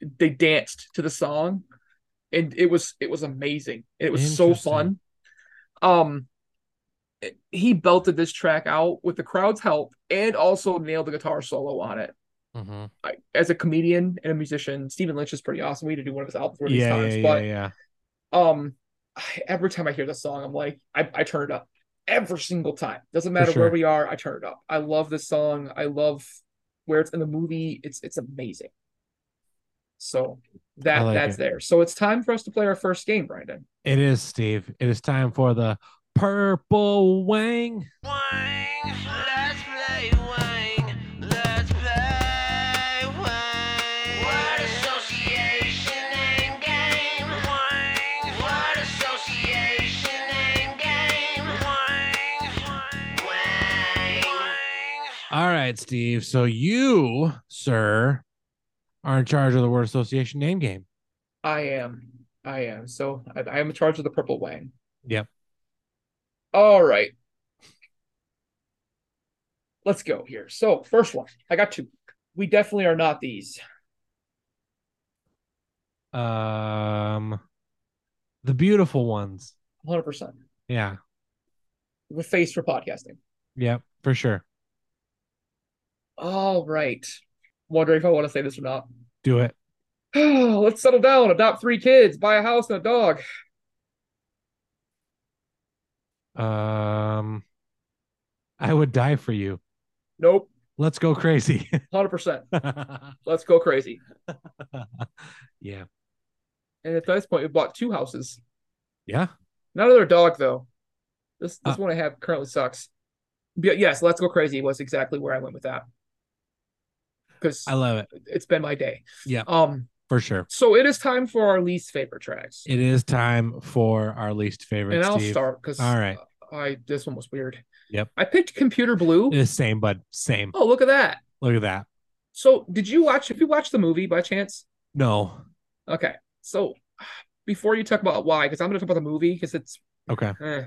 [SPEAKER 2] they danced to the song and it was it was amazing. It was so
[SPEAKER 1] Interesting.
[SPEAKER 2] fun. Um it- he belted this track out with the crowd's help and also nailed a guitar solo on it.
[SPEAKER 1] Mm-hmm.
[SPEAKER 2] I, as a comedian and a musician, Stephen Lynch is pretty awesome. We had to do one of his albums one of these
[SPEAKER 1] Yeah,
[SPEAKER 2] times,
[SPEAKER 1] yeah, yeah,
[SPEAKER 2] but
[SPEAKER 1] yeah.
[SPEAKER 2] um I- every time i hear this song i'm like i, I turn it up every single time doesn't matter where
[SPEAKER 1] sure.
[SPEAKER 2] we are i turn it up i love this song i love where it's in the movie it's it's amazing so that
[SPEAKER 1] I like
[SPEAKER 2] that's
[SPEAKER 1] it.
[SPEAKER 2] there so it's time for us to play our first game brandon
[SPEAKER 1] It is, Steve. It is time for the purple wang.
[SPEAKER 4] Wang, let's play Wang, let's play Wang. Word association and game. Wang, word association and game. Wang, Wang.
[SPEAKER 1] All right, Steve. So you, sir, are in charge of the word association name game.
[SPEAKER 2] i am i am so i, I am in charge of the purple wang
[SPEAKER 1] Yep.
[SPEAKER 2] all right let's go here so first one i got two we definitely are not these
[SPEAKER 1] Um, the beautiful ones.
[SPEAKER 2] 100%
[SPEAKER 1] Yeah.
[SPEAKER 2] the face for podcasting
[SPEAKER 1] Yep. For sure.
[SPEAKER 2] All right. Wondering if I want to say this or not.
[SPEAKER 1] Do it.
[SPEAKER 2] Let's settle down, adopt three kids, buy a house and a dog.
[SPEAKER 1] Um, I would die for you.
[SPEAKER 2] Nope,
[SPEAKER 1] Let's go crazy.
[SPEAKER 2] 100%.
[SPEAKER 1] yeah.
[SPEAKER 2] Let's go crazy. And at this point, we bought two houses.
[SPEAKER 1] Yeah.
[SPEAKER 2] Not another dog, though. This this
[SPEAKER 1] Uh.
[SPEAKER 2] one I have currently sucks. But yes, let's go crazy was exactly where I went with that. Because
[SPEAKER 1] I love it.
[SPEAKER 2] it's been my day.
[SPEAKER 1] Yeah.
[SPEAKER 2] Um.
[SPEAKER 1] For sure.
[SPEAKER 2] So it is time for our least favorite tracks,
[SPEAKER 1] It is time for our least favorite.
[SPEAKER 2] and I'll
[SPEAKER 1] Steve.
[SPEAKER 2] start because
[SPEAKER 1] All right.
[SPEAKER 2] I this one was weird.
[SPEAKER 1] Yep.
[SPEAKER 2] I picked Computer Blue.
[SPEAKER 1] It is same, bud. Same.
[SPEAKER 2] Oh, look at that.
[SPEAKER 1] Look at that.
[SPEAKER 2] So, did you watch? If you watched the movie by chance,
[SPEAKER 1] No.
[SPEAKER 2] okay. So, before you talk about why, because I'm going to talk about the movie because it's
[SPEAKER 1] Okay.
[SPEAKER 2] eh.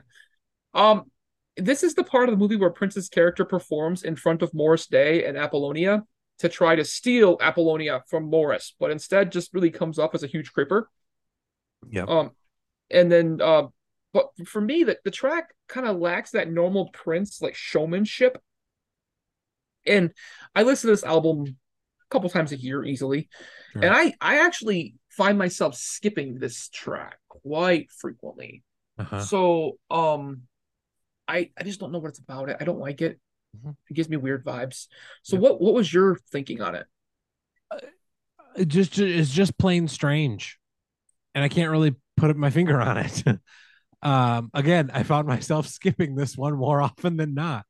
[SPEAKER 2] um, this is the part of the movie where Prince's character performs in front of Morris Day and Apollonia to try to steal Apollonia from Morris, but instead just really comes up as a huge creeper.
[SPEAKER 1] Yep.
[SPEAKER 2] Um, and then, uh, but for me, that the track kind of lacks that normal Prince like showmanship. And I listen to this album a couple times a year easily,
[SPEAKER 1] Sure.
[SPEAKER 2] and I I actually find myself skipping this track quite frequently.
[SPEAKER 1] Uh-huh.
[SPEAKER 2] So um, I I just don't know what it's about. It I don't like it.
[SPEAKER 1] Mhm.
[SPEAKER 2] It gives me weird vibes. So
[SPEAKER 1] Yep.
[SPEAKER 2] what what was your thinking on it?
[SPEAKER 1] It just it's just plain strange, and I can't really put my finger on it. um, again, I found myself skipping this one more often than not.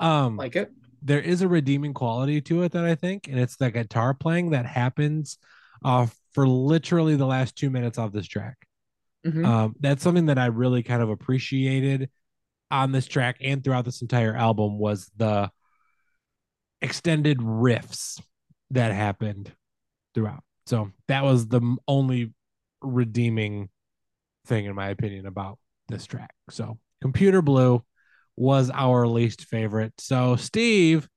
[SPEAKER 1] Um,
[SPEAKER 2] Like it?
[SPEAKER 1] there is a redeeming quality to it that I think, and it's the guitar playing that happens uh, for literally the last two minutes of this track.
[SPEAKER 2] Mhm.
[SPEAKER 1] Um, that's something that I really kind of appreciated on this track and throughout this entire album was the extended riffs that happened throughout. So that was the m- only redeeming thing, in my opinion, about this track. So Computer Blue was our least favorite. So Steve,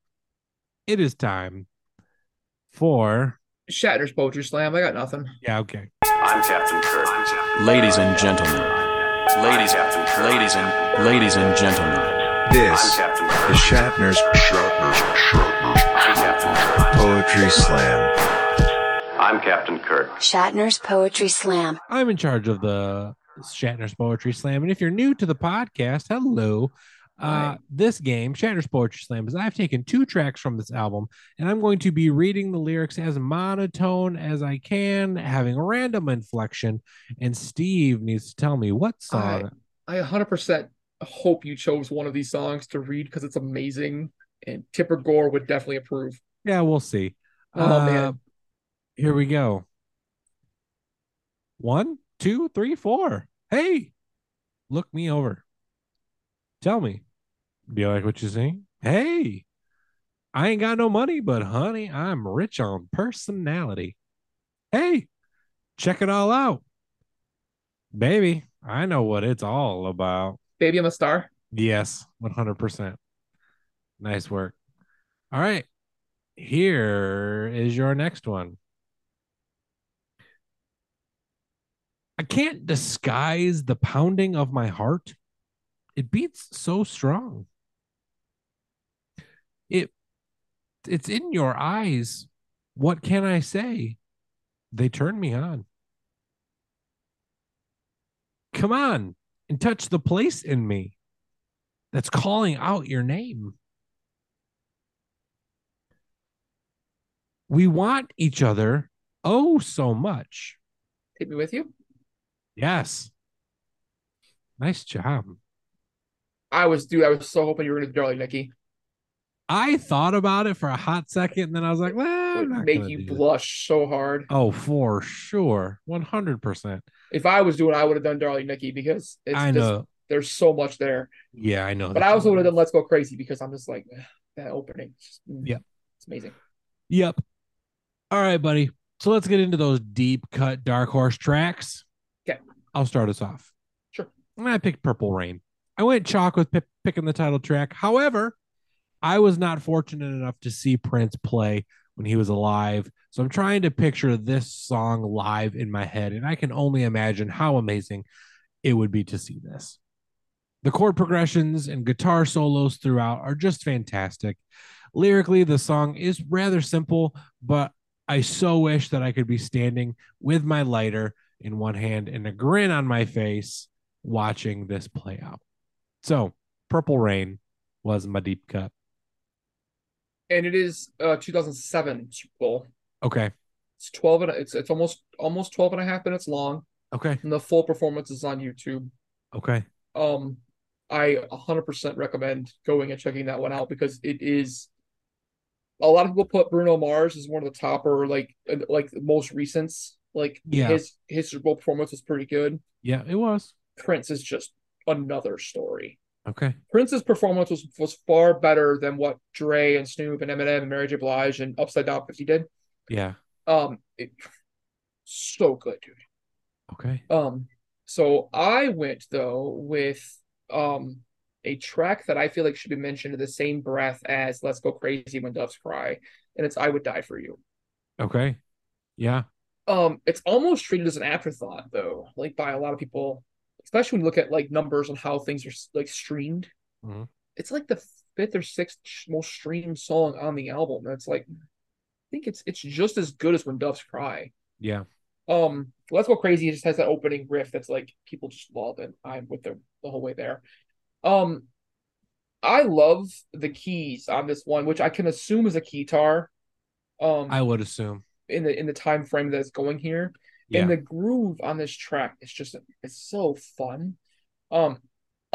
[SPEAKER 1] it is time for
[SPEAKER 2] Shatner's poetry slam. I got nothing.
[SPEAKER 1] yeah okay
[SPEAKER 5] I'm Captain Kirk.
[SPEAKER 6] Ladies and gentlemen, ladies, ladies and ladies and gentlemen,
[SPEAKER 5] I'm
[SPEAKER 7] This
[SPEAKER 5] Captain Kirk.
[SPEAKER 7] is Shatner's
[SPEAKER 5] I'm Captain Kirk.
[SPEAKER 7] Poetry Slam.
[SPEAKER 5] I'm Captain Kirk.
[SPEAKER 8] Shatner's Poetry Slam.
[SPEAKER 1] I'm in charge of the Shatner's Poetry Slam. And if you're new to the podcast, hello. Uh,
[SPEAKER 2] Hi.
[SPEAKER 1] this game, Shatner's Poetry Slam, is I've taken two tracks from this album and I'm going to be reading the lyrics as monotone as I can, having random inflection. And Steve needs to tell me what song.
[SPEAKER 2] I 100% hope you chose one of these songs to read because it's amazing, and Tipper Gore would definitely approve.
[SPEAKER 1] Yeah, we'll see. Uh,
[SPEAKER 2] Oh, man.
[SPEAKER 1] Here we go. One, two, three, four. Hey, look me over. Tell me, do you like what you see? Hey, I ain't got no money, but honey, I'm rich on personality. Hey, check it all out. Baby, I know what it's all about.
[SPEAKER 2] Baby, I'm a star.
[SPEAKER 1] Yes, 100%. Nice work. All right. Here is your next one. I can't disguise the pounding of my heart. It beats so strong. It it's in your eyes. What can I say? They turn me on. Come on and touch the place in me that's calling out your name. We want each other oh so much.
[SPEAKER 2] Take me with you.
[SPEAKER 1] Yes. Nice job.
[SPEAKER 2] I was, dude, I was so hoping you were going to do Darling Nikki.
[SPEAKER 1] I thought about it for a hot second and then I was like, well,
[SPEAKER 2] Would
[SPEAKER 1] I'm not
[SPEAKER 2] make
[SPEAKER 1] gonna
[SPEAKER 2] you
[SPEAKER 1] do that."
[SPEAKER 2] blush so hard.
[SPEAKER 1] Oh, for sure. 100%.
[SPEAKER 2] If I was doing, it, I would have done Darling Nikki because it's
[SPEAKER 1] I
[SPEAKER 2] just,
[SPEAKER 1] know.
[SPEAKER 2] there's so much there.
[SPEAKER 1] yeah, I know.
[SPEAKER 2] But
[SPEAKER 1] that
[SPEAKER 2] I also
[SPEAKER 1] you-
[SPEAKER 2] would have done Let's Go Crazy because I'm just like "Ugh, that opening. Just, mm,
[SPEAKER 1] Yeah.
[SPEAKER 2] it's amazing.
[SPEAKER 1] Yep. All right, buddy. So let's get into those deep cut dark horse tracks.
[SPEAKER 2] Okay.
[SPEAKER 1] I'll start us off.
[SPEAKER 2] Sure.
[SPEAKER 1] And I picked Purple Rain. I went chalk with pi- picking the title track. However, I was not fortunate enough to see Prince play when he was alive. So I'm trying to picture this song live in my head, and I can only imagine how amazing it would be to see this. The chord progressions and guitar solos throughout are just fantastic lyrically the song is rather simple but i so wish that i could be standing with my lighter in one hand and a grin on my face watching this play out so purple rain was my deep cut
[SPEAKER 2] And it is uh 2007 Super Bowl.
[SPEAKER 1] okay
[SPEAKER 2] It's 12 and it's it's almost almost 12 and a half minutes long
[SPEAKER 1] okay
[SPEAKER 2] and the full performance is on YouTube.
[SPEAKER 1] okay
[SPEAKER 2] Um I 100% recommend going and checking that one out because it is a lot of people put Bruno Mars as one of the top or like uh, like the most recent like
[SPEAKER 1] Yeah.
[SPEAKER 2] his his Super Bowl performance was pretty good.
[SPEAKER 1] yeah it was
[SPEAKER 2] Prince is just another story.
[SPEAKER 1] okay
[SPEAKER 2] Prince's performance was, was far better than what Dre and Snoop and Eminem and Mary J. Blige and Upside Down 50 did.
[SPEAKER 1] yeah
[SPEAKER 2] Um, it, so good, dude.
[SPEAKER 1] okay
[SPEAKER 2] Um, so I went though with um a track that I feel like should be mentioned in the same breath as "Let's Go Crazy When Doves Cry," and it's "I Would Die for You."
[SPEAKER 1] okay yeah
[SPEAKER 2] Um, it's almost treated as an afterthought though, like by a lot of people, especially when you look at like numbers on how things are like streamed.
[SPEAKER 1] Mhm.
[SPEAKER 2] It's like the fifth or sixth sh- most streamed song on the album, and it's like I think it's it's just as good as when doves cry.
[SPEAKER 1] yeah
[SPEAKER 2] Um, Let's Go Crazy just has that opening riff that's like people just love, and I'm with them the whole way there. Um, I love the keys on this one, which I can assume is a keytar. Um,
[SPEAKER 1] i would assume
[SPEAKER 2] in the in the time frame that's going here
[SPEAKER 1] yeah
[SPEAKER 2] and the groove on this track is just it's so fun um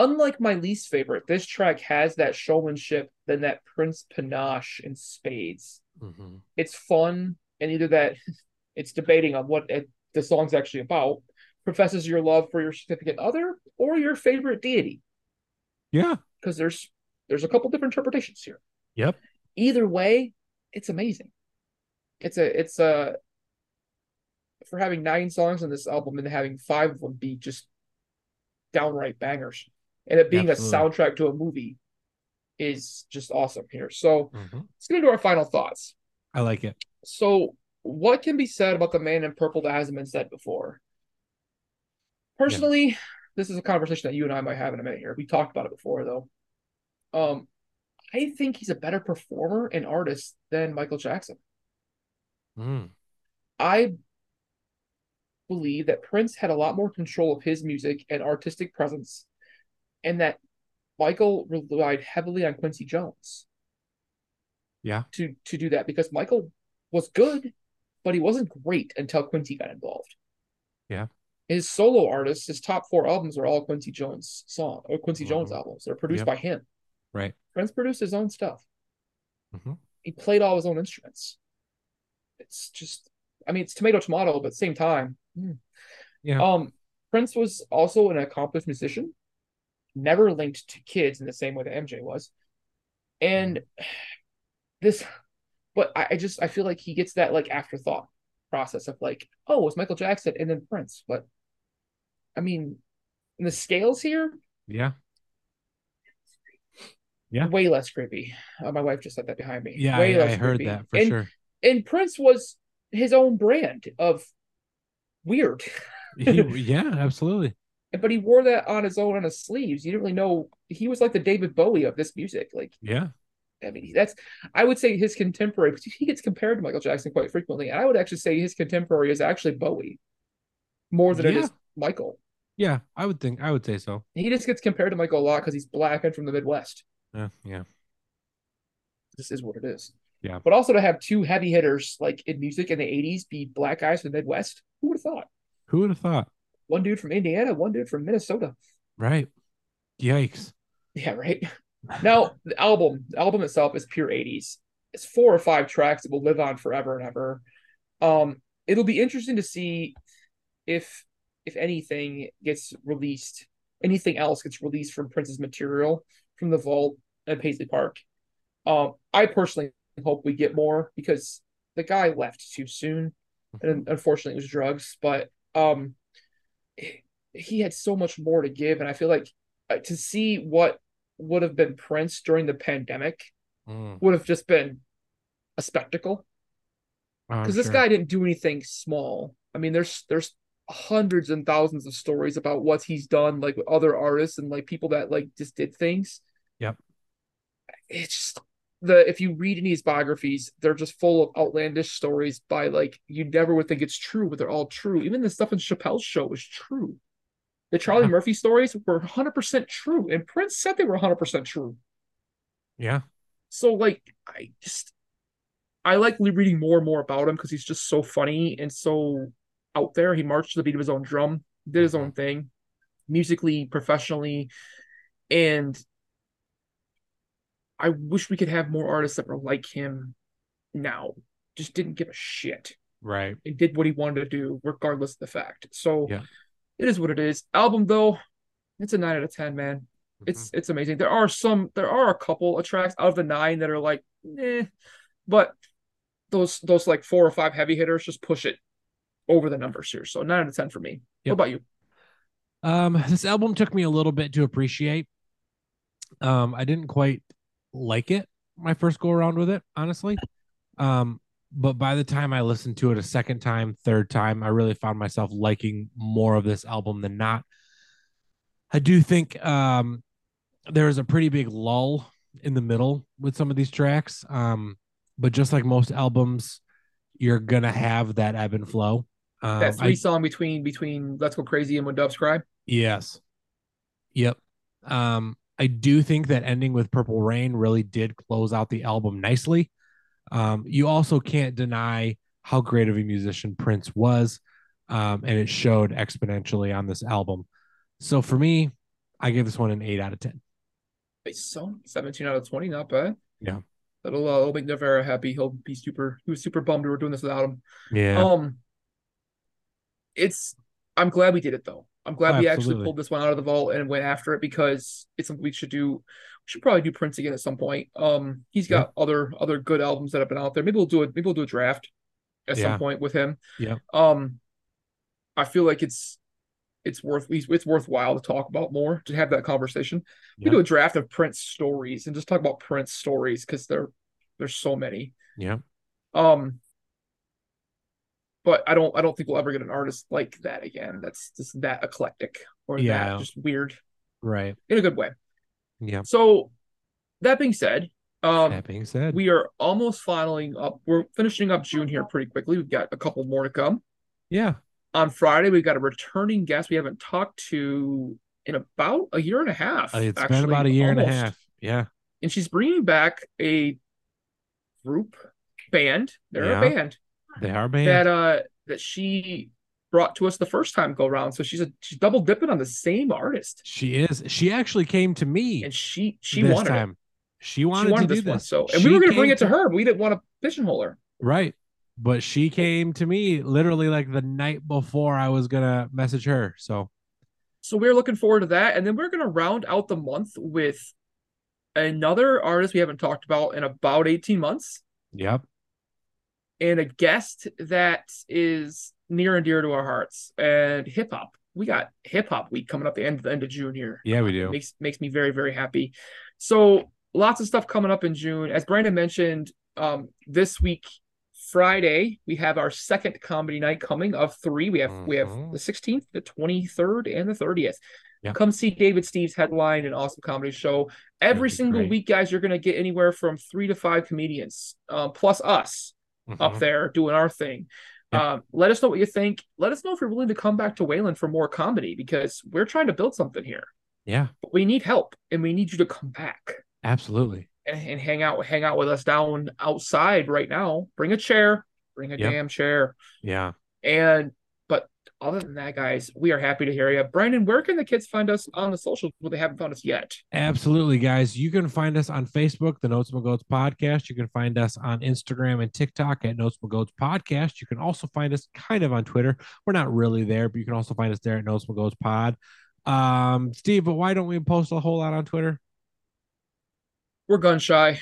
[SPEAKER 2] unlike my least favorite this track has that showmanship than that prince panache in spades
[SPEAKER 1] Mhm.
[SPEAKER 2] it's fun and either that it's debating on what it, the song's actually about professes your love for your significant other or your favorite deity
[SPEAKER 1] yeah
[SPEAKER 2] because there's there's a couple different interpretations here
[SPEAKER 1] Yep.
[SPEAKER 2] either way it's amazing it's a it's a for having nine songs on this album and having five of them be just downright bangers and it being
[SPEAKER 1] Absolutely.
[SPEAKER 2] a soundtrack to a movie is just awesome here so
[SPEAKER 1] Mhm.
[SPEAKER 2] let's get into our final thoughts
[SPEAKER 1] i like it
[SPEAKER 2] so what can be said about the man in purple that hasn't been said before personally this is a conversation that you and i might have in a minute here we talked about it before though um i think he's a better performer and artist than michael jackson
[SPEAKER 1] Mm.
[SPEAKER 2] i believe that prince had a lot more control of his music and artistic presence and that michael relied heavily on quincy jones
[SPEAKER 1] Yeah.
[SPEAKER 2] to to do that because michael was good but he wasn't great until Quincy got involved.
[SPEAKER 1] Yeah.
[SPEAKER 2] His solo artists, his top four albums are all Quincy Jones song or Quincy Jones
[SPEAKER 1] Mhm.
[SPEAKER 2] albums. They're produced
[SPEAKER 1] Yep.
[SPEAKER 2] by him.
[SPEAKER 1] Right.
[SPEAKER 2] Prince produced his own stuff.
[SPEAKER 1] Mhm.
[SPEAKER 2] He played all his own instruments. It's just I mean it's tomato tomato, but at the same time. hmm.
[SPEAKER 1] Yeah.
[SPEAKER 2] Um Prince was also an accomplished musician, never linked to kids in the same way that MJ was. And this but I, I just I feel like he gets that like afterthought process of like, oh, it's Michael Jackson and then Prince, but I mean, in the scales here,
[SPEAKER 1] Yeah. Yeah.
[SPEAKER 2] way less creepy. Uh, my wife just said that behind me.
[SPEAKER 1] Yeah.
[SPEAKER 2] way
[SPEAKER 1] I, I heard that for
[SPEAKER 2] and,
[SPEAKER 1] sure.
[SPEAKER 2] And Prince was his own brand of weird,
[SPEAKER 1] He- yeah, absolutely.
[SPEAKER 2] but he wore that on his own on his sleeves. You didn't really know he was like the David Bowie of this music. Like,
[SPEAKER 1] Yeah.
[SPEAKER 2] I mean, that's I would say his contemporary. Because he gets compared to Michael Jackson quite frequently, and I would actually say his contemporary is actually Bowie more than it
[SPEAKER 1] Yeah.
[SPEAKER 2] is Michael.
[SPEAKER 1] Yeah. I would think, I would say so.
[SPEAKER 2] He just gets compared to Michael a lot because he's black and from the Midwest.
[SPEAKER 1] Yeah. Yeah.
[SPEAKER 2] This is what it is.
[SPEAKER 1] Yeah.
[SPEAKER 2] But also to have two heavy hitters like in music in the '80s be black guys from the Midwest, who would have thought?
[SPEAKER 1] Who would have thought?
[SPEAKER 2] One dude from Indiana, one dude from Minnesota.
[SPEAKER 1] Right. Yikes.
[SPEAKER 2] Yeah, right. Now the album, the album itself is pure '80s. It's four or five tracks that will live on forever and ever. Um, it'll be interesting to see if if anything gets released, anything else gets released from Prince's material from the vault at Paisley Park. Um, I personally hope we get more because the guy left too soon, and unfortunately, it was drugs. But um, he had so much more to give, and I feel like uh, to see what would have been Prince during the pandemic
[SPEAKER 1] Mm,
[SPEAKER 2] would have just been a spectacle
[SPEAKER 1] I'm
[SPEAKER 2] because this
[SPEAKER 1] sure.
[SPEAKER 2] guy didn't do anything small. I mean, there's there's hundreds and thousands of stories about what he's done, like with other artists and like people that like just did things.
[SPEAKER 1] Yep.
[SPEAKER 2] It's just the if you read any of his biographies, they're just full of outlandish stories by like you never would think it's true, but they're all true. Even the stuff in Chappelle's show was true. The Charlie
[SPEAKER 1] Yeah.
[SPEAKER 2] Murphy stories were 100% true, and Prince said they were 100% true.
[SPEAKER 1] Yeah.
[SPEAKER 2] So like I just I like le- reading more and more about him because he's just so funny and so out there. He marched to the beat of his own drum, did his own thing, musically, professionally, and I wish we could have more artists that were like him now. Just didn't give a shit
[SPEAKER 1] Right.
[SPEAKER 2] and did what he wanted to do, regardless of the fact. So
[SPEAKER 1] Yeah.
[SPEAKER 2] it is what it is. Album though, it's a nine out of ten, man
[SPEAKER 1] Mm-hmm.
[SPEAKER 2] it's it's amazing. There are some, there are a couple of tracks out of the nine that are like, eh, but those those like four or five heavy hitters just push it over the numbers here. So nine out of ten for me.
[SPEAKER 1] Yep.
[SPEAKER 2] What about you?
[SPEAKER 1] Um, this album took me a little bit to appreciate. Um, I didn't quite like it my first go around with it, honestly. Um, but by the time I listened to it a second time, third time, I really found myself liking more of this album than not. I do think um there was a pretty big lull in the middle with some of these tracks. Um, but just like most albums, you're gonna have that ebb and flow. Um,
[SPEAKER 2] that three
[SPEAKER 1] I-
[SPEAKER 2] song between between Let's Go Crazy and When Doves Cry.
[SPEAKER 1] Yes. Yep. Um, I do think that ending with Purple Rain really did close out the album nicely. Um, you also can't deny how great of a musician Prince was, um, and it showed exponentially on this album. So for me, I give this one an eight out of ten.
[SPEAKER 2] Nice song. seventeen out of twenty, not bad.
[SPEAKER 1] Yeah.
[SPEAKER 2] That'll uh, that'll make Navarro happy. He'll be super. He was super bummed we were doing this without him.
[SPEAKER 1] Yeah.
[SPEAKER 2] Um, it's. I'm glad we did it though. I'm glad we actually
[SPEAKER 1] Absolutely.
[SPEAKER 2] pulled this one out of the vault and went after it because it's something we should do. We should probably do Prince again at some point. Um, he's got other other good albums that have been out there. Maybe we'll do it. Maybe we'll do a draft at
[SPEAKER 1] Yeah.
[SPEAKER 2] some point with him.
[SPEAKER 1] Yeah.
[SPEAKER 2] Um, I feel like it's it's worth it's worthwhile to talk about more to have that conversation.
[SPEAKER 1] Yeah.
[SPEAKER 2] We do a draft of Prince stories and just talk about Prince stories because there there's so many.
[SPEAKER 1] Yeah.
[SPEAKER 2] Um, but I don't I don't think we'll ever get an artist like that again. That's just that eclectic or
[SPEAKER 1] Yeah.
[SPEAKER 2] that just weird
[SPEAKER 1] Right.
[SPEAKER 2] in a good way.
[SPEAKER 1] Yeah.
[SPEAKER 2] So that being said, um,
[SPEAKER 1] that being said,
[SPEAKER 2] we are almost filing up. We're finishing up June here pretty quickly. We've got a couple more to come.
[SPEAKER 1] yeah.
[SPEAKER 2] On Friday, we've got a returning guest we haven't talked to in about a year and a half.
[SPEAKER 1] Uh, It's
[SPEAKER 2] actually,
[SPEAKER 1] been about a year and a
[SPEAKER 2] almost.
[SPEAKER 1] half. Yeah.
[SPEAKER 2] and she's bringing back a group band. They're
[SPEAKER 1] Yeah.
[SPEAKER 2] a band.
[SPEAKER 1] They are banned.
[SPEAKER 2] that uh that she brought to us the first time go round. So she's a she's double dipping on the same artist,
[SPEAKER 1] she is. She actually came to me
[SPEAKER 2] and she she
[SPEAKER 1] this
[SPEAKER 2] wanted
[SPEAKER 1] time. She
[SPEAKER 2] it.
[SPEAKER 1] wanted,
[SPEAKER 2] She wanted
[SPEAKER 1] to
[SPEAKER 2] this
[SPEAKER 1] do this.
[SPEAKER 2] one. So and we were
[SPEAKER 1] She
[SPEAKER 2] gonna bring
[SPEAKER 1] came
[SPEAKER 2] it to her. But we didn't want to pigeonhole her.
[SPEAKER 1] Right. But she came to me literally like the night before I was gonna message her. So
[SPEAKER 2] So we're looking forward to that, and then we're gonna round out the month with another artist we haven't talked about in about eighteen months,
[SPEAKER 1] yep.
[SPEAKER 2] and a guest that is near and dear to our hearts and hip hop. we got hip hop week coming up the end the end of June here.
[SPEAKER 1] Yeah, we do.
[SPEAKER 2] Makes makes me very very happy. So lots of stuff coming up in June. As Brandon mentioned, um, this week Friday we have our second comedy night coming of three. We have we have
[SPEAKER 1] Mhm.
[SPEAKER 2] the 16th, the 23rd, and the 30th.
[SPEAKER 1] Yeah.
[SPEAKER 2] Come see David Steve's headline an awesome comedy show every
[SPEAKER 1] be
[SPEAKER 2] single
[SPEAKER 1] great.
[SPEAKER 2] week, guys. You're gonna get anywhere from three to five comedians, uh, plus us up
[SPEAKER 1] Mhm.
[SPEAKER 2] there doing our thing.
[SPEAKER 1] Yeah.
[SPEAKER 2] Um, let us know what you think. Let us know if you're willing to come back to Wayland for more comedy because we're trying to build something here.
[SPEAKER 1] Yeah,
[SPEAKER 2] But we need help and we need you to come back
[SPEAKER 1] absolutely.
[SPEAKER 2] and, and hang out hang out with us down outside right now. Bring a chair, bring a
[SPEAKER 1] Yeah.
[SPEAKER 2] damn chair.
[SPEAKER 1] Yeah.
[SPEAKER 2] And but other than that, guys, we are happy to hear you. Brandon, where can the kids find us on the socials? Well, they haven't found us yet.
[SPEAKER 1] Absolutely, guys. You can find us on Facebook, the Notes of a Goats Podcast. You can find us on Instagram and TikTok at Notes of a Goats Podcast. You can also find us kind of on Twitter. We're not really there, but you can also find us there at Notes of a Goats Pod. Um, Steve, but why don't we post a whole lot on Twitter?
[SPEAKER 2] We're gun shy.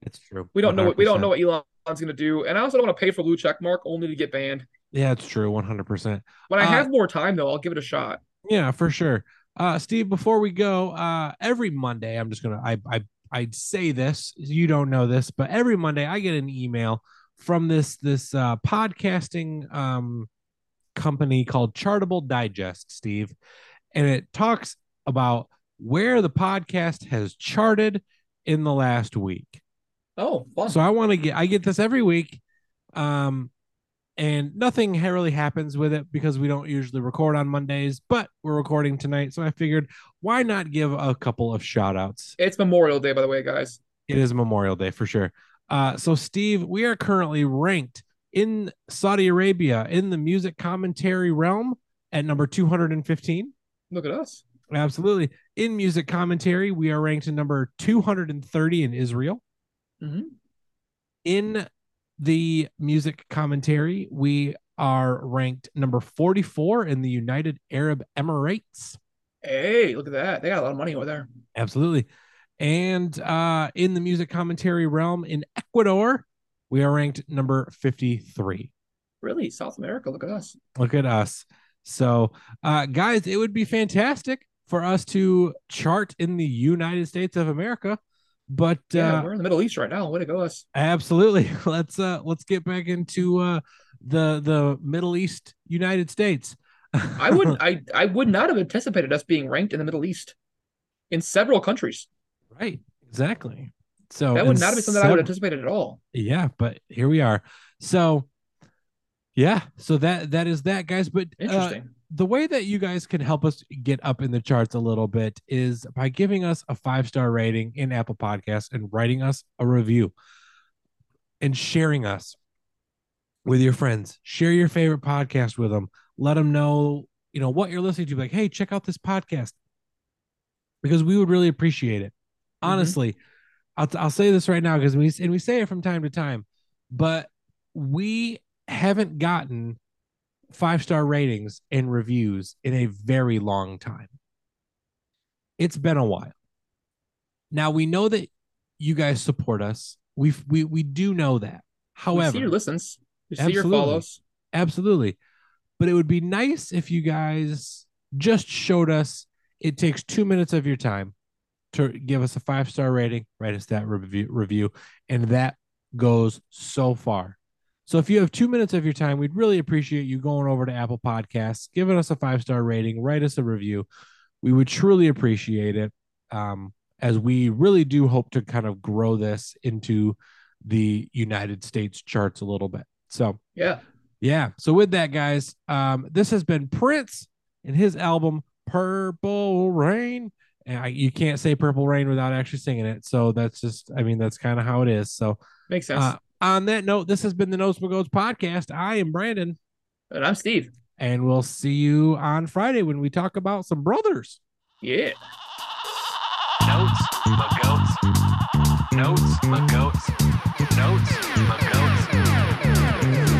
[SPEAKER 1] It's true.
[SPEAKER 2] We don't know what we don't know what Elon's gonna do. And I also don't want to pay for blue check mark only to get banned.
[SPEAKER 1] Yeah, it's true. One hundred percent.
[SPEAKER 2] When I
[SPEAKER 1] Uh,
[SPEAKER 2] have more time though, I'll give it a shot.
[SPEAKER 1] Yeah, for sure. Uh, Steve, before we go, uh, every Monday, I'm just gonna I I I'd say this. You don't know this, but every Monday I get an email from this this uh, podcasting um, company called Chartable Digest, Steve, and it talks about where the podcast has charted in the last week.
[SPEAKER 2] Oh, fun.
[SPEAKER 1] So I want to get I get this every week. Um and nothing ha- really happens with it because we don't usually record on Mondays, but we're recording tonight. So I figured why not give a couple of shout outs?
[SPEAKER 2] It's Memorial Day, by the way, guys.
[SPEAKER 1] It is Memorial Day for sure. Uh, so, Steve, we are currently ranked in Saudi Arabia in the music commentary realm at number 215.
[SPEAKER 2] Look at us.
[SPEAKER 1] Absolutely. In music commentary, we are ranked in number 230 in Israel. Mm-hmm.
[SPEAKER 2] Mhm.
[SPEAKER 1] In the music commentary, we are ranked number 44 in the United Arab Emirates.
[SPEAKER 2] Hey, look at that. They got a lot of money over there.
[SPEAKER 1] Absolutely. And uh, in the music commentary realm in Ecuador, we are ranked number 53.
[SPEAKER 2] Really, South America. Look at us.
[SPEAKER 1] Look at us. So, uh, guys, it would be fantastic for us to chart in the United States of America, but
[SPEAKER 2] Yeah,
[SPEAKER 1] uh,
[SPEAKER 2] we're in the Middle East right now. Way to go, us.
[SPEAKER 1] absolutely, let's uh, let's get back into uh, the the Middle East United States.
[SPEAKER 2] I would, I, I would not have anticipated us being ranked in the Middle East, in several countries.
[SPEAKER 1] right, exactly. So
[SPEAKER 2] That
[SPEAKER 1] Oh, in
[SPEAKER 2] would not have been something I
[SPEAKER 1] several-
[SPEAKER 2] would have anticipated at all.
[SPEAKER 1] yeah but here we are so yeah so that that is that guys but uh,
[SPEAKER 2] Interesting.
[SPEAKER 1] the way that you guys can help us get up in the charts a little bit is by giving us a five star rating in Apple Podcasts and writing us a review and sharing us with your friends. Share your favorite podcast with them. Let them know, you know, what you're listening to. Like, hey, check out this podcast because we would really appreciate it.
[SPEAKER 2] Mhm.
[SPEAKER 1] Honestly, I'll, I'll say this right now because we and we say it from time to time, but we haven't gotten five star ratings and reviews in a very long time. It's been a while. Now we know that you guys support us. We we we do know that.
[SPEAKER 2] we
[SPEAKER 1] However,
[SPEAKER 2] see your listens. We see your
[SPEAKER 1] Absolutely.
[SPEAKER 2] follows.
[SPEAKER 1] Absolutely. But it would be nice if you guys just showed us it takes two minutes of your time to give us a five star rating, write us that review, review, and that goes so far. So if you have two minutes of your time, we'd really appreciate you going over to Apple Podcasts, giving us a five star rating, write us a review. We would truly appreciate it, um, as we really do hope to kind of grow this into the United States charts a little bit. So
[SPEAKER 2] Yeah.
[SPEAKER 1] yeah. So with that, guys, um, this has been Prince and his album Purple Rain. And I, you can't say Purple Rain without actually singing it. So that's just, I mean, that's kind of how it is. So
[SPEAKER 2] Makes sense.
[SPEAKER 1] uh, on that note, this has been the Notes Goats podcast. I am Brandon,
[SPEAKER 2] and I'm Steve.
[SPEAKER 1] and we'll see you on Friday when we talk about some brothers.
[SPEAKER 2] Yeah.
[SPEAKER 7] Notes, my goats. Notes, my goats. Notes, my goats.